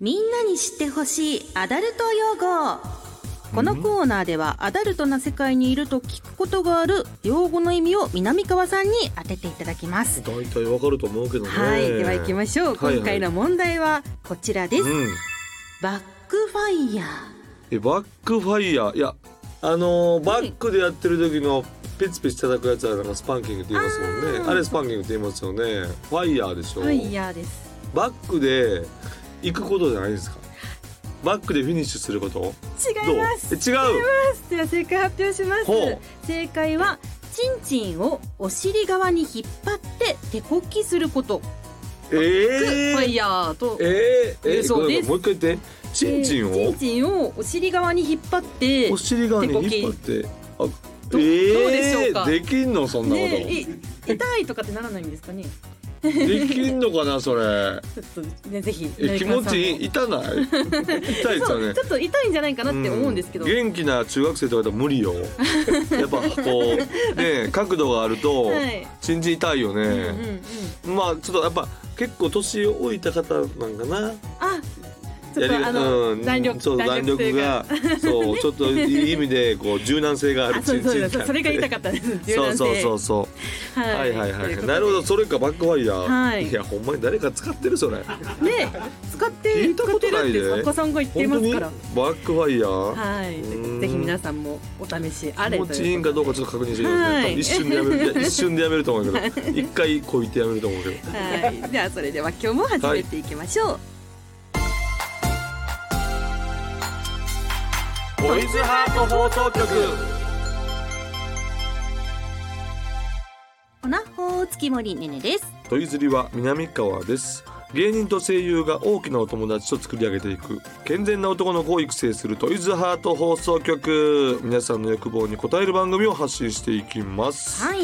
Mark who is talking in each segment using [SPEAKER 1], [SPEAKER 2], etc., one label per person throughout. [SPEAKER 1] みんなに知ってほしいアダルト用語このコーナーではアダルトな世界にいると聞くことがある用語の意味を南川さんに当てていただきます
[SPEAKER 2] 大体わかると思うけどね
[SPEAKER 1] はいでは行きましょう、
[SPEAKER 2] はいはい
[SPEAKER 1] 今回の問題はこちらです、
[SPEAKER 2] うん
[SPEAKER 1] バックファイヤー
[SPEAKER 2] えバックファイヤーいやあのーバックでやってる時のピチピチ叩くやつはなんかスパンキングって言いますもんね
[SPEAKER 1] あー
[SPEAKER 2] あれスパンキングって言いますよねファイヤーでしょ
[SPEAKER 1] ファイヤーです
[SPEAKER 2] バックで行くことじゃないんですかバックでフィニッシュすることど
[SPEAKER 1] 違
[SPEAKER 2] う
[SPEAKER 1] います
[SPEAKER 2] え違う
[SPEAKER 1] では正解発表します
[SPEAKER 2] ほう
[SPEAKER 1] 正解はチンチンをお尻側に引っ張って手こきすること
[SPEAKER 2] え
[SPEAKER 1] ファイ
[SPEAKER 2] ー、
[SPEAKER 1] ヤーと
[SPEAKER 2] えー、え
[SPEAKER 1] えーそうです
[SPEAKER 2] ごめんごめんもう一回言ってチンチンを、
[SPEAKER 1] えーチンチンをお尻側に引っ張って
[SPEAKER 2] お尻側に
[SPEAKER 1] 手こき
[SPEAKER 2] 引っ張ってあ
[SPEAKER 1] どどうでしょうか
[SPEAKER 2] できんのそんなこと、
[SPEAKER 1] ねえい痛いとかってならないんですかね
[SPEAKER 2] できんのかなそれ
[SPEAKER 1] ちょっとねぜひ
[SPEAKER 2] え気持ちいい
[SPEAKER 1] い
[SPEAKER 2] 痛ない痛いです
[SPEAKER 1] そ
[SPEAKER 2] よ
[SPEAKER 1] う
[SPEAKER 2] ね
[SPEAKER 1] ちょっと痛いんじゃないかなって思うんですけど、
[SPEAKER 2] う元気な中学生とかだったら無理よ やっぱこうね角度があると、
[SPEAKER 1] はい
[SPEAKER 2] チンチン痛いよ
[SPEAKER 1] うんうんう
[SPEAKER 2] ね、
[SPEAKER 1] ん
[SPEAKER 2] まあちょっとやっぱ結構年老いた方なんかな
[SPEAKER 1] あちょっ
[SPEAKER 2] やり
[SPEAKER 1] とあの、
[SPEAKER 2] うん
[SPEAKER 1] 弾力
[SPEAKER 2] そう弾力
[SPEAKER 1] 性
[SPEAKER 2] が そうちょっといい意味でこう柔軟性があ
[SPEAKER 1] あ
[SPEAKER 2] る
[SPEAKER 1] そ
[SPEAKER 2] チ
[SPEAKER 1] う
[SPEAKER 2] ン
[SPEAKER 1] そう
[SPEAKER 2] チン
[SPEAKER 1] そ
[SPEAKER 2] だ
[SPEAKER 1] うそれが痛かったです柔
[SPEAKER 2] そ
[SPEAKER 1] 軟性
[SPEAKER 2] うそうそうそうはいはい
[SPEAKER 1] とうこ
[SPEAKER 2] は
[SPEAKER 1] と
[SPEAKER 2] い。
[SPEAKER 1] で
[SPEAKER 2] なるほど、それかバックファイヤー。
[SPEAKER 1] はい
[SPEAKER 2] や、ほんまに誰か使ってるそれ。
[SPEAKER 1] ね使って
[SPEAKER 2] 聞いた
[SPEAKER 1] 使
[SPEAKER 2] こ
[SPEAKER 1] って
[SPEAKER 2] と
[SPEAKER 1] る
[SPEAKER 2] ない
[SPEAKER 1] って
[SPEAKER 2] で
[SPEAKER 1] 作家さんが言ってい
[SPEAKER 2] 本
[SPEAKER 1] ま
[SPEAKER 2] 当
[SPEAKER 1] す
[SPEAKER 2] に。
[SPEAKER 1] か
[SPEAKER 2] バ
[SPEAKER 1] ら
[SPEAKER 2] ックファイヤー。
[SPEAKER 1] はい
[SPEAKER 2] うん
[SPEAKER 1] ぜひ皆さんもお試しあ
[SPEAKER 2] 気
[SPEAKER 1] れ
[SPEAKER 2] 持
[SPEAKER 1] と
[SPEAKER 2] ちいい
[SPEAKER 1] いうんこ
[SPEAKER 2] か
[SPEAKER 1] と
[SPEAKER 2] ど
[SPEAKER 1] で
[SPEAKER 2] うかちょっと確認してくだ
[SPEAKER 1] はい
[SPEAKER 2] さい。多分一瞬でやめる、いや一瞬でやめると思うけど、一回こいてやめると思うけど。
[SPEAKER 1] はいではそれでは今日も始めていきましょう、
[SPEAKER 2] ボイズハート放送局。
[SPEAKER 1] おなほー月森ねねです
[SPEAKER 2] トイズリは南川です。芸人と声優が大きなお友達と作り上げていく健全な男の子を育成するトイズハート放送局皆さんの欲望に応える番組を発信していきます、
[SPEAKER 1] はい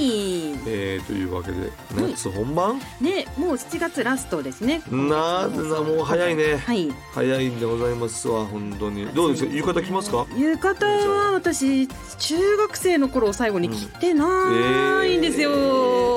[SPEAKER 2] えー、というわけで夏本番、
[SPEAKER 1] ねもう7月ラストですね
[SPEAKER 2] なーなもう早いね
[SPEAKER 1] はい
[SPEAKER 2] 早いんでございますわ本当にどうですか浴衣着ますか
[SPEAKER 1] 浴衣は私中学生の頃を最後に着てないんですよ、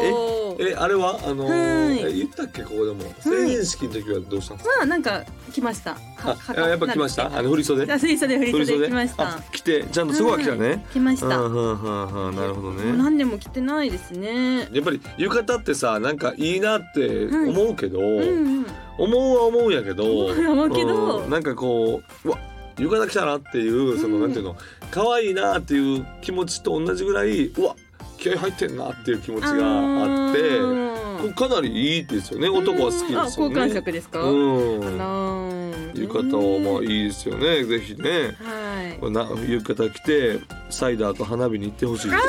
[SPEAKER 2] えあれはあのー
[SPEAKER 1] はい
[SPEAKER 2] え言ったっけここでも成人式の時はどうしたんです
[SPEAKER 1] まあなんか来ました
[SPEAKER 2] か、あやっぱ着ましたあの振り袖
[SPEAKER 1] あ水素で振り
[SPEAKER 2] 振り
[SPEAKER 1] 袖
[SPEAKER 2] 袖
[SPEAKER 1] 来ました
[SPEAKER 2] あ着てちゃんとそこは着た
[SPEAKER 1] はい
[SPEAKER 2] ね、
[SPEAKER 1] 来まし
[SPEAKER 2] うん
[SPEAKER 1] た、
[SPEAKER 2] う
[SPEAKER 1] も
[SPEAKER 2] んうんうんなるほど
[SPEAKER 1] う
[SPEAKER 2] ね
[SPEAKER 1] 何年も着てないですね
[SPEAKER 2] やっぱり浴衣ってさなんかいいなって思うけど、
[SPEAKER 1] うんうん
[SPEAKER 2] 思うは思うんやけど
[SPEAKER 1] 思うは思うけど
[SPEAKER 2] うんなんかこううわ浴衣着たなっていうその、
[SPEAKER 1] うん
[SPEAKER 2] なんていうの可愛いなっていう気持ちと同じぐらいうわ気合入ってんなっていう気持ちがあって
[SPEAKER 1] ー
[SPEAKER 2] こかなりいいですよね男は好きですよね。
[SPEAKER 1] あ好感触ですか、
[SPEAKER 2] う
[SPEAKER 1] あ
[SPEAKER 2] ん
[SPEAKER 1] らー
[SPEAKER 2] 浴衣はまあいいですよねぜひね
[SPEAKER 1] はい
[SPEAKER 2] これな浴衣着てサイダーと花火に行ってほしいです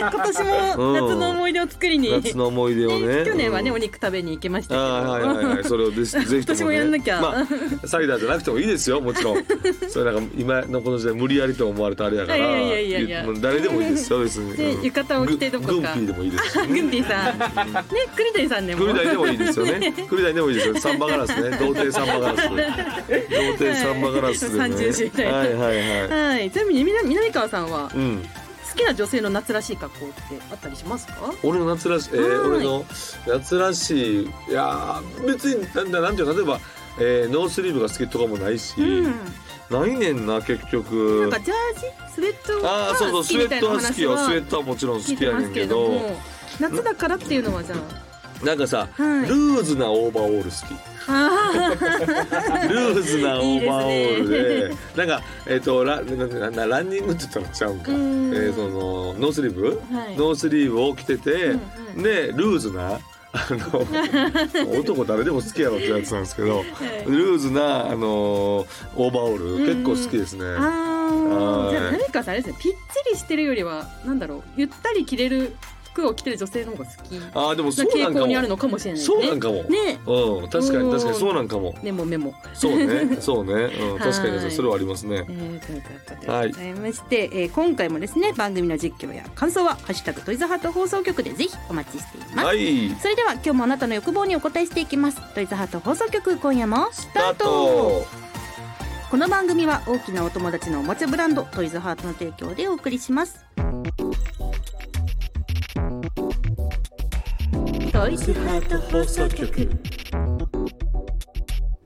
[SPEAKER 1] 今年も夏の思い出を作りに、
[SPEAKER 2] 夏の思い出を
[SPEAKER 1] ね
[SPEAKER 2] ね
[SPEAKER 1] 去年はね、
[SPEAKER 2] うん
[SPEAKER 1] お肉食べに行けましたけど、
[SPEAKER 2] あーはいはいはい、それをぜひぜひとも、ね、
[SPEAKER 1] 私もやんなきゃ
[SPEAKER 2] まあ、サイダーじゃなくてもいいですよもち ろんそれなんか今のこの時代無理やりと思われたあれやから
[SPEAKER 1] いやいやいやいや
[SPEAKER 2] もう誰でもいいですよ別に、
[SPEAKER 1] で
[SPEAKER 2] うん
[SPEAKER 1] 浴衣を着てどこか
[SPEAKER 2] ググンピーでもいいで す
[SPEAKER 1] あグンピーさんね栗谷 さんねも
[SPEAKER 2] 栗谷でもいいですよね栗谷でもいいですよサンバガラスね童貞サンバガラス童貞サンバガラスでね、
[SPEAKER 1] はい30みたいな
[SPEAKER 2] はいはいはい
[SPEAKER 1] はいちなみにみな南川さんは
[SPEAKER 2] うん
[SPEAKER 1] 好きな女性の夏らしい格好ってあったりしますか
[SPEAKER 2] 俺の夏らしい、えー、
[SPEAKER 1] はい
[SPEAKER 2] 俺の夏らしいいやー別になんだなんていうの例えば、えー、ノースリーブが好きとかもないし、
[SPEAKER 1] うん
[SPEAKER 2] ないねんな結
[SPEAKER 1] な
[SPEAKER 2] 局
[SPEAKER 1] んかジャージスウェット
[SPEAKER 2] あ
[SPEAKER 1] が
[SPEAKER 2] あそうそ
[SPEAKER 1] 好
[SPEAKER 2] うス
[SPEAKER 1] き
[SPEAKER 2] ウェ
[SPEAKER 1] みた
[SPEAKER 2] ッ
[SPEAKER 1] いな
[SPEAKER 2] トは好
[SPEAKER 1] 話
[SPEAKER 2] きよスウェ
[SPEAKER 1] は
[SPEAKER 2] ットはもちろん好
[SPEAKER 1] 聞い
[SPEAKER 2] き
[SPEAKER 1] て
[SPEAKER 2] や
[SPEAKER 1] ま
[SPEAKER 2] ね
[SPEAKER 1] すけ
[SPEAKER 2] んけ
[SPEAKER 1] れど
[SPEAKER 2] ど
[SPEAKER 1] も夏だからっていうのはじゃ
[SPEAKER 2] なんかさ、
[SPEAKER 1] はい
[SPEAKER 2] ルーズなオーバーオール好き
[SPEAKER 1] あ
[SPEAKER 2] ルーズなオーバーオールで
[SPEAKER 1] いいで
[SPEAKER 2] なんかえっ、とラななランニングって言ったらちゃうんか
[SPEAKER 1] うん
[SPEAKER 2] えーそのノースリーブ、
[SPEAKER 1] はい
[SPEAKER 2] ノースリーブを着てて、
[SPEAKER 1] うんうん
[SPEAKER 2] でルーズな あの男誰でも好きやろってやつなんですけど
[SPEAKER 1] い
[SPEAKER 2] ルーズなあのオーバーオール結構好きですね。
[SPEAKER 1] ああ
[SPEAKER 2] はい
[SPEAKER 1] ーじゃあ南川さんあれですねぴっちりしてるよりはなんだろうゆったり着れる服を着てる女性の方が好きな
[SPEAKER 2] ああでもそうな
[SPEAKER 1] 傾
[SPEAKER 2] んか
[SPEAKER 1] 向
[SPEAKER 2] も
[SPEAKER 1] にあるのかもしれないです
[SPEAKER 2] そ
[SPEAKER 1] ね
[SPEAKER 2] うなんかも。
[SPEAKER 1] ね
[SPEAKER 2] うん、確かに確かにそうなんかも。
[SPEAKER 1] メモメモ
[SPEAKER 2] そうね、 そうね、うん、確かに確か
[SPEAKER 1] はい
[SPEAKER 2] にそれはありますね
[SPEAKER 1] え。ーということでございまして、えー今回もですね番組の実況や感想は「ハッシュタグトイズハート放送局」でぜひお待ちしています、
[SPEAKER 2] はい、
[SPEAKER 1] それでは今日もあなたの欲望にお答えしていきますトイズハート放送局今夜もス
[SPEAKER 2] ス
[SPEAKER 1] タ
[SPEAKER 2] タ
[SPEAKER 1] ー
[SPEAKER 2] ー
[SPEAKER 1] ト
[SPEAKER 2] ト。
[SPEAKER 1] この番組は大きなお友達のおもちゃブランドトイズハートの提供でお送りしますトイズハート放送局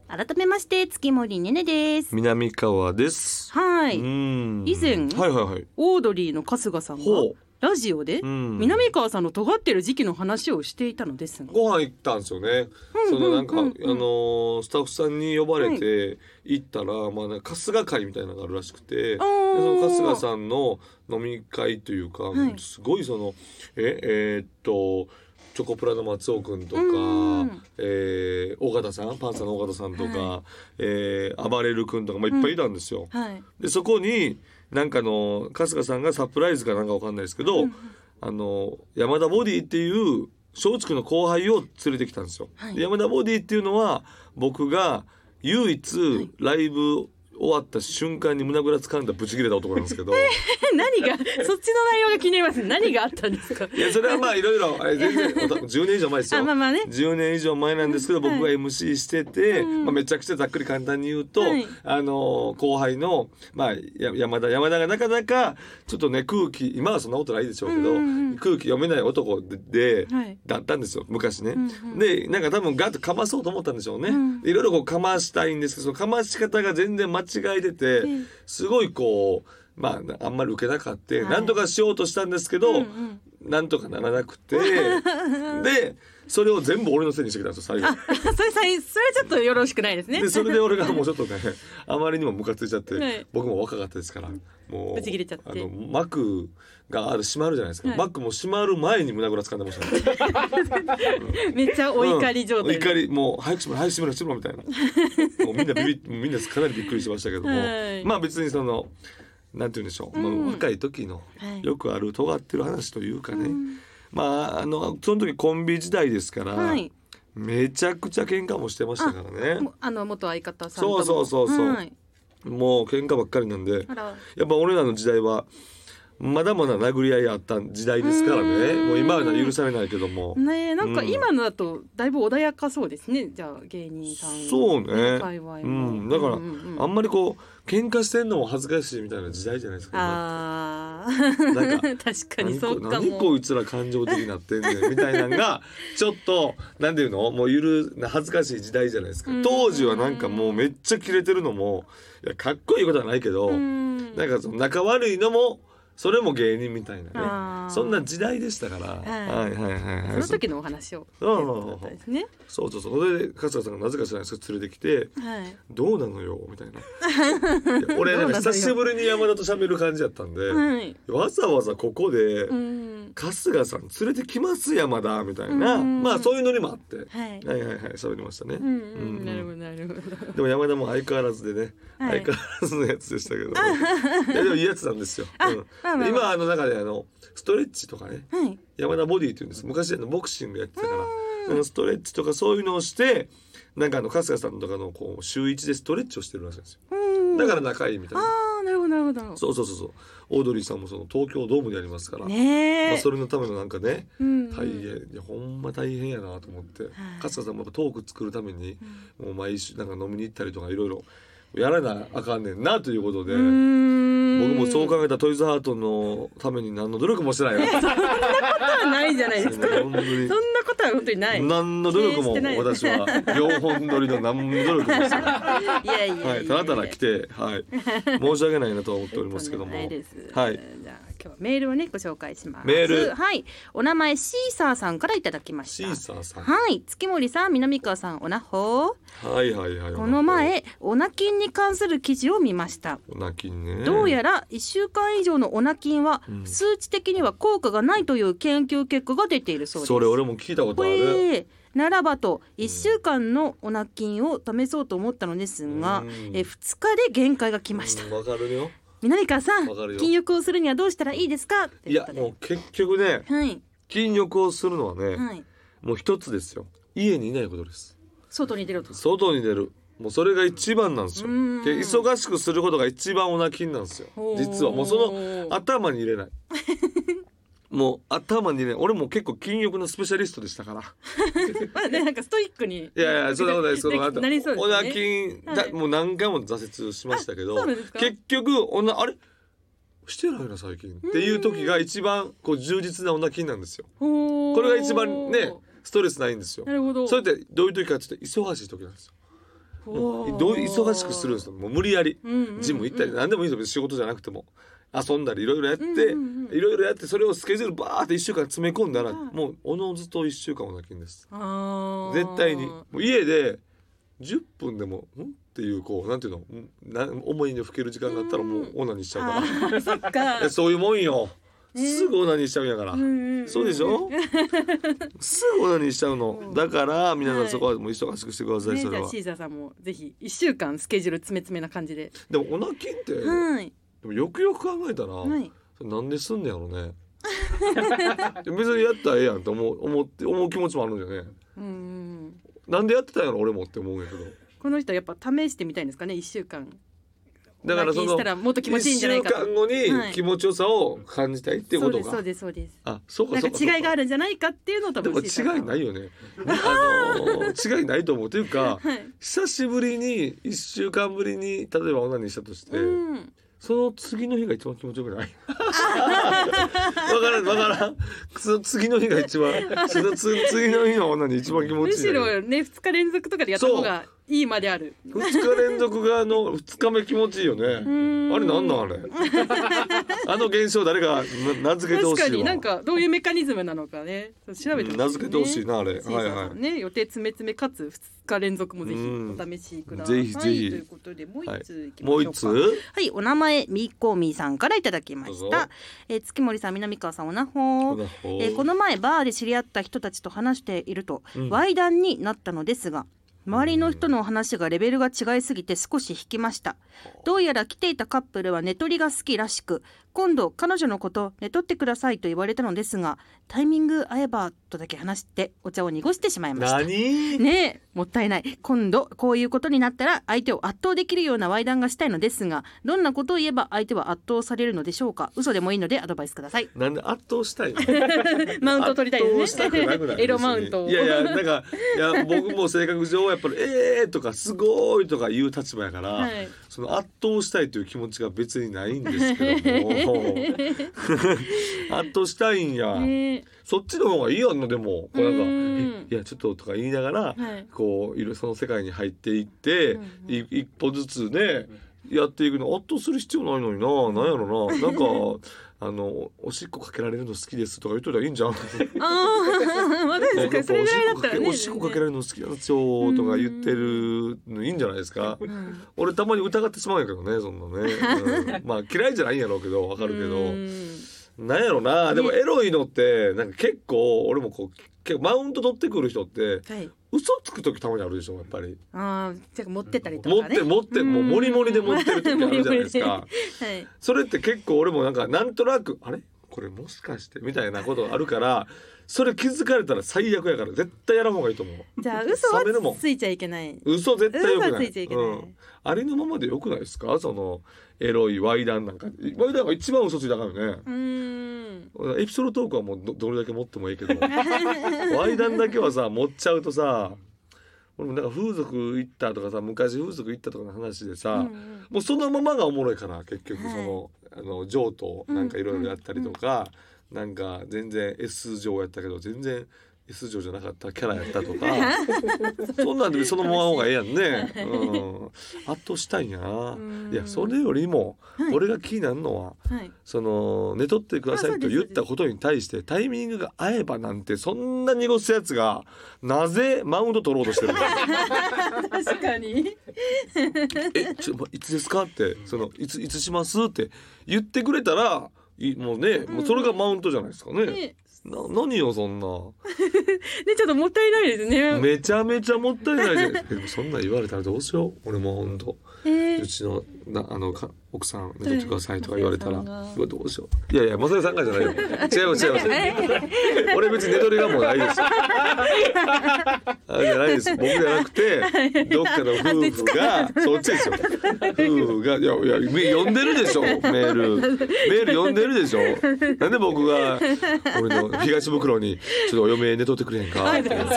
[SPEAKER 1] 改めまして月森ねねです
[SPEAKER 2] 南川です。
[SPEAKER 1] はい、
[SPEAKER 2] うん
[SPEAKER 1] 以前
[SPEAKER 2] はいはいはい。
[SPEAKER 1] オードリーの春日さんが
[SPEAKER 2] ほ
[SPEAKER 1] ラジオで
[SPEAKER 2] う。うん
[SPEAKER 1] 南川さんの尖ってる時期の話をしていたのですが、
[SPEAKER 2] ご飯行ったんですよね。そのなんか、
[SPEAKER 1] うんうんうん
[SPEAKER 2] あのースタッフさんに呼ばれて行ったら、まあなんか春日会みたいなのがあるらしくて。
[SPEAKER 1] あ
[SPEAKER 2] でその
[SPEAKER 1] ー
[SPEAKER 2] 春日さんの飲み会というか、
[SPEAKER 1] はい
[SPEAKER 2] すごいそのええーっとチョコプラの松尾くんとか、
[SPEAKER 1] うん
[SPEAKER 2] えー、尾形さんパンサーの尾形さんとか、
[SPEAKER 1] は
[SPEAKER 2] えー、暴れるくんとか、まあ、いっぱいいたんですよ。
[SPEAKER 1] はい、
[SPEAKER 2] でそこになんかあの春日さんがサプライズかなんかわかんないですけど、
[SPEAKER 1] うん
[SPEAKER 2] あの山田ボディっていう松竹の後輩を連れてきたんですよ。
[SPEAKER 1] はい
[SPEAKER 2] で山田ボディっていうのは僕が唯一ライブ終わった瞬間に胸ぐらつかんだブチ切れた男なんです けど、
[SPEAKER 1] え何がそっちの内容が気になりますね何があったんですか
[SPEAKER 2] いやそれはまあいろいろあれ全然 おた10年以上前です
[SPEAKER 1] あ
[SPEAKER 2] よ。
[SPEAKER 1] まあまあね
[SPEAKER 2] 10年以上前なんですけど
[SPEAKER 1] はい
[SPEAKER 2] 僕が MC してて、
[SPEAKER 1] うん
[SPEAKER 2] まあ、めちゃくちゃざっくり簡単に言うと、
[SPEAKER 1] はい
[SPEAKER 2] あの後輩の、まあ、や山田山田がなかなかちょっとね空気今はそんなことないでしょうけど、
[SPEAKER 1] うんうんうん
[SPEAKER 2] 空気読めない男でで
[SPEAKER 1] はい
[SPEAKER 2] だったんですよ昔ね。
[SPEAKER 1] うんうん
[SPEAKER 2] でなんか多分ガッとかまそうと思ったんでしょうね。
[SPEAKER 1] うん
[SPEAKER 2] いろいろこうかましたいんですけどそのかまし方が全然間違えてて、
[SPEAKER 1] うん
[SPEAKER 2] すごいこう。まあ、あんまり受けなかって、
[SPEAKER 1] はい
[SPEAKER 2] なんとかしようとしたんですけど、
[SPEAKER 1] うん
[SPEAKER 2] なんとかならな くてでそれを全部俺のせいにしてきたんですよ最後。
[SPEAKER 1] うん、 それさいそれちょっとよろしくないですね
[SPEAKER 2] でそれで俺がもうちょっとねあまりにもムカついちゃって、
[SPEAKER 1] はい
[SPEAKER 2] 僕も若かったですからもう
[SPEAKER 1] ブチ切れちゃって
[SPEAKER 2] あの幕がある閉まるじゃないですか、
[SPEAKER 1] はい
[SPEAKER 2] 幕も閉まる前に胸ぐらつかんでましたね、
[SPEAKER 1] めっちゃお怒り状
[SPEAKER 2] うんお
[SPEAKER 1] 態、
[SPEAKER 2] 怒りもう早く閉めろ早く閉めろ閉めろみた いなもうみんなビビみんなかなりびっくりしましたけども、
[SPEAKER 1] はい
[SPEAKER 2] まあ別にそのなんて言うんでしょう、まあ
[SPEAKER 1] うん
[SPEAKER 2] 若い時の
[SPEAKER 1] はい
[SPEAKER 2] よくある尖ってる話というかね、
[SPEAKER 1] うん
[SPEAKER 2] まああのその時コンビ時代ですから、
[SPEAKER 1] はい
[SPEAKER 2] めちゃくちゃ喧嘩もしてましたからね
[SPEAKER 1] もあの元相方さんとも
[SPEAKER 2] そうそうそうそう
[SPEAKER 1] はい、
[SPEAKER 2] もう喧嘩ばっかりなんで
[SPEAKER 1] あら
[SPEAKER 2] やっぱ俺らの時代はまだまだ殴り合いあった時代ですからね
[SPEAKER 1] うん
[SPEAKER 2] もう今は許されないけども、
[SPEAKER 1] ねえなんか
[SPEAKER 2] うん
[SPEAKER 1] 今のだとだいぶ穏やかそうですね、じゃあ芸人さん
[SPEAKER 2] そうね
[SPEAKER 1] 界隈も、
[SPEAKER 2] うんだから
[SPEAKER 1] うんうんうん
[SPEAKER 2] あんまりこう喧嘩してんのも恥ずかしいみたいな時代じゃないですか、
[SPEAKER 1] あ
[SPEAKER 2] なん
[SPEAKER 1] ー
[SPEAKER 2] か
[SPEAKER 1] 確かに
[SPEAKER 2] 何
[SPEAKER 1] そ
[SPEAKER 2] こ
[SPEAKER 1] うか
[SPEAKER 2] 何
[SPEAKER 1] も
[SPEAKER 2] こいつら感情的になってんねんみたいなのがちょっとなんていうのもうゆる恥ずかしい時代じゃないですか
[SPEAKER 1] うん
[SPEAKER 2] 当時はなんかもうめっちゃキレてるのもいやかっこいいことはないけど、
[SPEAKER 1] うん
[SPEAKER 2] なんかその仲悪いのもそれも芸人みたいなね
[SPEAKER 1] あー
[SPEAKER 2] そんな時代でしたから、
[SPEAKER 1] は
[SPEAKER 2] はいい、はいはいはい
[SPEAKER 1] その時のお話を
[SPEAKER 2] そう
[SPEAKER 1] ということだったんですね
[SPEAKER 2] そうそうそうそれで春日さんがなぜか知らないですけど連れてきて
[SPEAKER 1] はい
[SPEAKER 2] 「どうなのよ」みたいない や俺なんか久しぶりに山田と喋る感じやったんで、
[SPEAKER 1] はい
[SPEAKER 2] わざわざここで
[SPEAKER 1] うん
[SPEAKER 2] 「春日さん連れてきます山田」みたいな、
[SPEAKER 1] うん
[SPEAKER 2] まあそういうのにもあって、は
[SPEAKER 1] はい
[SPEAKER 2] い、はいはい喋りましたね、
[SPEAKER 1] うんう
[SPEAKER 2] うんうんん
[SPEAKER 1] なるほどなるほど
[SPEAKER 2] でも山田も相変わらずでね、
[SPEAKER 1] はい
[SPEAKER 2] 相変わらずのやつでした けどいやでもいいやつなんですよ、
[SPEAKER 1] あ
[SPEAKER 2] うん
[SPEAKER 1] まあまあまあ
[SPEAKER 2] 今あの中であのストレッチとかね
[SPEAKER 1] はい
[SPEAKER 2] 山田ボディっていうんです昔あのボクシングやってたからなんかストレッチとかそういうのをしてなんかあの春日さんとかのこう週一でストレッチをしてるらしいんですよ
[SPEAKER 1] うん
[SPEAKER 2] だから仲いいみたいな
[SPEAKER 1] あーなるほどなるほど
[SPEAKER 2] そうそうそうそうオードリーさんもその東京ドームでやりますから、
[SPEAKER 1] ねえ、
[SPEAKER 2] まあ、それのためのなんかね
[SPEAKER 1] うんうん
[SPEAKER 2] 大変いやほんま大変やなと思って、春日さんもやっぱトーク作るためにもう毎週なんか飲みに行ったりとかいろいろやらなあかんねんなということで。
[SPEAKER 1] 僕
[SPEAKER 2] 僕もそう考えたらトイズハートのために何の努力もしてないな
[SPEAKER 1] はないじゃないですか。
[SPEAKER 2] 本当に
[SPEAKER 1] そんなことは本当にない。い
[SPEAKER 2] 何の努力も
[SPEAKER 1] 経営してない
[SPEAKER 2] 私は両本取りの何の努力もしてない
[SPEAKER 1] やいやいや
[SPEAKER 2] はい、ただただ来て、 はい、申し訳ないなとは思っておりますけども、
[SPEAKER 1] と
[SPEAKER 2] は
[SPEAKER 1] ん
[SPEAKER 2] い
[SPEAKER 1] でもないです
[SPEAKER 2] はい
[SPEAKER 1] じゃあ今日はメールをねご紹介します。
[SPEAKER 2] メール
[SPEAKER 1] はい。お名前シーサーさんからいただきまし
[SPEAKER 2] シ
[SPEAKER 1] た。
[SPEAKER 2] ーサーさん、
[SPEAKER 1] はい。月森さん、南川さん、おなほ
[SPEAKER 2] はいはいはい、
[SPEAKER 1] この前、おなきんに関する記事を見ました。
[SPEAKER 2] お泣きね、
[SPEAKER 1] どうやら1週間以上のおなきんは
[SPEAKER 2] うん
[SPEAKER 1] 数値的には効果がないという研究結果が出ているそうです。
[SPEAKER 2] それ俺も聞いたことある、
[SPEAKER 1] ええならばと1週間のお納金を試そうと思ったのですが、
[SPEAKER 2] うん
[SPEAKER 1] え2日で限界が来ました、
[SPEAKER 2] うんわかるよ、
[SPEAKER 1] 南川さん
[SPEAKER 2] わかるよ
[SPEAKER 1] 禁欲をするにはどうしたらいいですかって
[SPEAKER 2] いやもう結局ね、
[SPEAKER 1] はい
[SPEAKER 2] 筋力をするのはね、
[SPEAKER 1] はい
[SPEAKER 2] もう一つですよ、家にいないことです。
[SPEAKER 1] 外に出ろと
[SPEAKER 2] 外に出るもうそれが一番なんですよ
[SPEAKER 1] う
[SPEAKER 2] で
[SPEAKER 1] ん
[SPEAKER 2] 忙しくすることが一番お泣きんなんですよ
[SPEAKER 1] ほう
[SPEAKER 2] 実はもうその頭に入れないもう頭に入れない俺も結構禁欲のスペシャリストでしたから
[SPEAKER 1] まあ ねなんかストイックに
[SPEAKER 2] いやいやそんなことないですその
[SPEAKER 1] なりそうですね
[SPEAKER 2] お泣きん、
[SPEAKER 1] は
[SPEAKER 2] だ
[SPEAKER 1] い
[SPEAKER 2] もう何回も挫折しましたけ
[SPEAKER 1] あそ
[SPEAKER 2] ど
[SPEAKER 1] うなんですか
[SPEAKER 2] 結局おなあれしてないな最近っていう時が一番こう充実なお泣きんなんですよ
[SPEAKER 1] こ
[SPEAKER 2] これが一番ねストレスないんですよ
[SPEAKER 1] なるほど
[SPEAKER 2] それってどういう時かって言って忙しい時なんですよもうどう忙しくするんですよもう無理やりジム行ったり何でもいいですよ別に仕事じゃなくても遊んだりいろいろやって
[SPEAKER 1] うんうんうん
[SPEAKER 2] いろいろやってそれをスケジュールバーって1週間詰め込んだら
[SPEAKER 1] うん
[SPEAKER 2] もうおのずと1週間お泣きんです
[SPEAKER 1] あー
[SPEAKER 2] 絶対にもう家で10分でも「ん?」っていうこうなんていうのんな思いにふける時間があったらもうオナニーしちゃうから
[SPEAKER 1] あ。ーそっか
[SPEAKER 2] いやそういうもんよ。
[SPEAKER 1] ね
[SPEAKER 2] すぐオナニーしちゃうんやから。
[SPEAKER 1] うんうんうん
[SPEAKER 2] そうでしょ。すぐオナニーしちゃうの。だから皆さ
[SPEAKER 1] は
[SPEAKER 2] ん
[SPEAKER 1] い
[SPEAKER 2] そこはもう忙しくしてください。
[SPEAKER 1] ね
[SPEAKER 2] そ
[SPEAKER 1] じ
[SPEAKER 2] れ
[SPEAKER 1] ゃあ
[SPEAKER 2] は
[SPEAKER 1] シ。ーザーさんもぜひ一週間スケジュール詰め詰めな感じで、
[SPEAKER 2] でもオナキンって、で
[SPEAKER 1] はい
[SPEAKER 2] もよくよく考えたら、
[SPEAKER 1] はい
[SPEAKER 2] それなんですんねやろ ね。別にやったらええやんと思う思って思う気持ちもあるんだよね。
[SPEAKER 1] うんうん
[SPEAKER 2] なんでやってたんやろ俺もって思うんやけど。
[SPEAKER 1] この人やっぱ試してみたいんですかね一週間
[SPEAKER 2] だからそ
[SPEAKER 1] 浮気し
[SPEAKER 2] の
[SPEAKER 1] たらもっと気持ちいいんじゃないか
[SPEAKER 2] 一週間
[SPEAKER 1] と
[SPEAKER 2] 後
[SPEAKER 1] はい
[SPEAKER 2] に気持ちよさを感じたいっていうことか。
[SPEAKER 1] そうですそうです
[SPEAKER 2] あ、そう
[SPEAKER 1] そう
[SPEAKER 2] か
[SPEAKER 1] です
[SPEAKER 2] そう
[SPEAKER 1] なんか
[SPEAKER 2] か。
[SPEAKER 1] 違いがあるんじゃないかっていうのと
[SPEAKER 2] でも
[SPEAKER 1] シーザーさ
[SPEAKER 2] 違い
[SPEAKER 1] ん
[SPEAKER 2] ない よね。あのー違いないと思うというか、
[SPEAKER 1] はい
[SPEAKER 2] 久しぶりに1週間ぶりに例えばオナニーしたとして、
[SPEAKER 1] うん
[SPEAKER 2] その次の日が一番気持ち よくないわからんわからんその次の日が一番そのつ次の日のオナニー一番気持
[SPEAKER 1] む
[SPEAKER 2] ちいい
[SPEAKER 1] し
[SPEAKER 2] よね
[SPEAKER 1] ろね二日連続とかでやった方がいいまである
[SPEAKER 2] 二日連続があの二日目気持ちいいよ
[SPEAKER 1] う
[SPEAKER 2] ね
[SPEAKER 1] ん
[SPEAKER 2] あれなんな んあれあの現象誰かな名付けてほ
[SPEAKER 1] 確
[SPEAKER 2] し
[SPEAKER 1] か
[SPEAKER 2] いわ
[SPEAKER 1] になんかどういうメカニズムなのかねそう調べてほしいですね
[SPEAKER 2] うん名付けてほしいなあれ
[SPEAKER 1] シー
[SPEAKER 2] はい
[SPEAKER 1] ザー
[SPEAKER 2] は
[SPEAKER 1] さんね、予定詰め詰めかつ2日連続もぜひ
[SPEAKER 2] うん
[SPEAKER 1] お試しください。
[SPEAKER 2] ぜひぜひ
[SPEAKER 1] ということでもう一通いき
[SPEAKER 2] い
[SPEAKER 1] ましょ
[SPEAKER 2] も
[SPEAKER 1] う
[SPEAKER 2] う
[SPEAKER 1] か。
[SPEAKER 2] 一つ
[SPEAKER 1] はい、お名前みっこーみーさんからいただきま
[SPEAKER 2] ど
[SPEAKER 1] し
[SPEAKER 2] うぞ
[SPEAKER 1] た。えー、月森さん、南川さん、おなほー。えーこ
[SPEAKER 2] の
[SPEAKER 1] の前バーで知り合った人たちと話していると、
[SPEAKER 2] うん
[SPEAKER 1] ワイダンになったのですが周りの人のお話がレベルが違いすぎて少し引きましたどうやら来ていたカップルは寝取りが好きらしく今度彼女のこと寝取ってくださいと言われたのですがタイミング合えばとだけ話してお茶を濁してしまいました
[SPEAKER 2] 何
[SPEAKER 1] ねえもったいない今度こういうことになったら相手を圧倒できるようなワイダンがしたいのですがどんなことを言えば相手は圧倒されるのでしょうか嘘でもいいのでアドバイスください
[SPEAKER 2] なんで圧倒したいの
[SPEAKER 1] マウント取りたいですね
[SPEAKER 2] 圧倒したくなくない
[SPEAKER 1] エロマウントを
[SPEAKER 2] 別にいやいやなんかいや僕も性格上やっぱり「ええー」とか「すごい」とか言う立場やから、
[SPEAKER 1] はい
[SPEAKER 2] その圧倒したいという気持ちが別にないんです けども圧倒したいんや、
[SPEAKER 1] ねえ
[SPEAKER 2] そっちの方がいいやんのでもこう
[SPEAKER 1] う
[SPEAKER 2] なん
[SPEAKER 1] ん
[SPEAKER 2] か「えいやちょっと」とか言いながら、
[SPEAKER 1] はい
[SPEAKER 2] こういろその世界に入っていって、
[SPEAKER 1] うんうん
[SPEAKER 2] い一歩ずつねやっていくの圧倒する必要ないのにななんやろ ななんかあのおしっこかけられるの好きですとか言っといたらいいんじゃん
[SPEAKER 1] あ あ、わかるん
[SPEAKER 2] 僕
[SPEAKER 1] で
[SPEAKER 2] やっ
[SPEAKER 1] すか。そ
[SPEAKER 2] ぱ
[SPEAKER 1] れ
[SPEAKER 2] お
[SPEAKER 1] ぐ
[SPEAKER 2] し
[SPEAKER 1] らいだ
[SPEAKER 2] っ
[SPEAKER 1] っ
[SPEAKER 2] こ
[SPEAKER 1] た
[SPEAKER 2] からけ
[SPEAKER 1] ね。
[SPEAKER 2] おしっこかけられるの好きなんですよとか言ってるのいいんじゃないですか
[SPEAKER 1] うん
[SPEAKER 2] 俺たまに疑ってしまうんやけどねそんなね、うんまあ嫌いじゃないんやろうけどわかるけど
[SPEAKER 1] うん
[SPEAKER 2] なんやろなでもエロいのってなんか結構俺もこう結構マウント取ってくる人って
[SPEAKER 1] はい。
[SPEAKER 2] 嘘つく時たまにあるでしょやっぱり。
[SPEAKER 1] ああ、じゃあ持ってったりと
[SPEAKER 2] 持
[SPEAKER 1] か
[SPEAKER 2] っ
[SPEAKER 1] ね。
[SPEAKER 2] て持ってもうモリモリで持ってる時あるじゃないで す
[SPEAKER 1] うんモリモ
[SPEAKER 2] か
[SPEAKER 1] はい。
[SPEAKER 2] それって結構俺もなんかなんとなくあれこれもしかしてみたいなことあるからそれ気づかれたら最悪やから絶対やらん方がいいと思う
[SPEAKER 1] じゃあ嘘
[SPEAKER 2] 冷めるも
[SPEAKER 1] は
[SPEAKER 2] ん
[SPEAKER 1] ついちゃいけない。
[SPEAKER 2] 嘘絶対良く
[SPEAKER 1] 嘘
[SPEAKER 2] な
[SPEAKER 1] はいついちゃいけな
[SPEAKER 2] う
[SPEAKER 1] い
[SPEAKER 2] ん。ありのままで良くないですかそのエロいワイダンなんかワイダンが一番嘘ついたからね
[SPEAKER 1] うーん。
[SPEAKER 2] エピソードトークはもうどどれだけ持ってもいいけ どワイダンだけはさ持っちゃうとさ俺もなんか風俗行ったとかさ昔風俗行ったとかの話で
[SPEAKER 1] う
[SPEAKER 2] さ、
[SPEAKER 1] んうん
[SPEAKER 2] もうそのままがおもろいから結局
[SPEAKER 1] はい
[SPEAKER 2] その,、あの譲渡なんかいろいろやったりとか、なんか全然 S 上やったけど全然 S 上じゃなかったキャラやったとか そんなんでそのままの方がええやんね、うん、圧倒したいんやな
[SPEAKER 1] うん
[SPEAKER 2] いやそれよりも
[SPEAKER 1] はい
[SPEAKER 2] 俺が気になるのは、
[SPEAKER 1] はい。
[SPEAKER 2] その寝取ってくださいと言ったことに対してタイミングが合えばなんてそんな濁すやつがなぜマウント取ろうとしてるの
[SPEAKER 1] 確かに。
[SPEAKER 2] えちょまいつですかってそのいついつしますって言ってくれたらいもうね、もうそれがマウントじゃないですかね。
[SPEAKER 1] ね、
[SPEAKER 2] な何よそんな
[SPEAKER 1] ねちょっともったいないですね。
[SPEAKER 2] めちゃめちゃもったいないじゃないでもそんなん言われたらどうしよう俺もほんと
[SPEAKER 1] え
[SPEAKER 2] う
[SPEAKER 1] ー
[SPEAKER 2] ちのなあのか奥さん寝とってくださいとか言われたら
[SPEAKER 1] はい
[SPEAKER 2] うわどうしよういやいやまささんがじゃないよ 違う違う違う 俺別に寝取りがもうないですあれじゃないです僕じゃなくてどっかの夫婦がそっちですよ夫婦がいやいやめ呼んでるでしょメールメール呼んでるでしょなんで僕が俺の東袋にちょっとお嫁寝取ってくれへんか
[SPEAKER 1] あ
[SPEAKER 2] っ
[SPEAKER 1] そ
[SPEAKER 2] て
[SPEAKER 1] こをやっ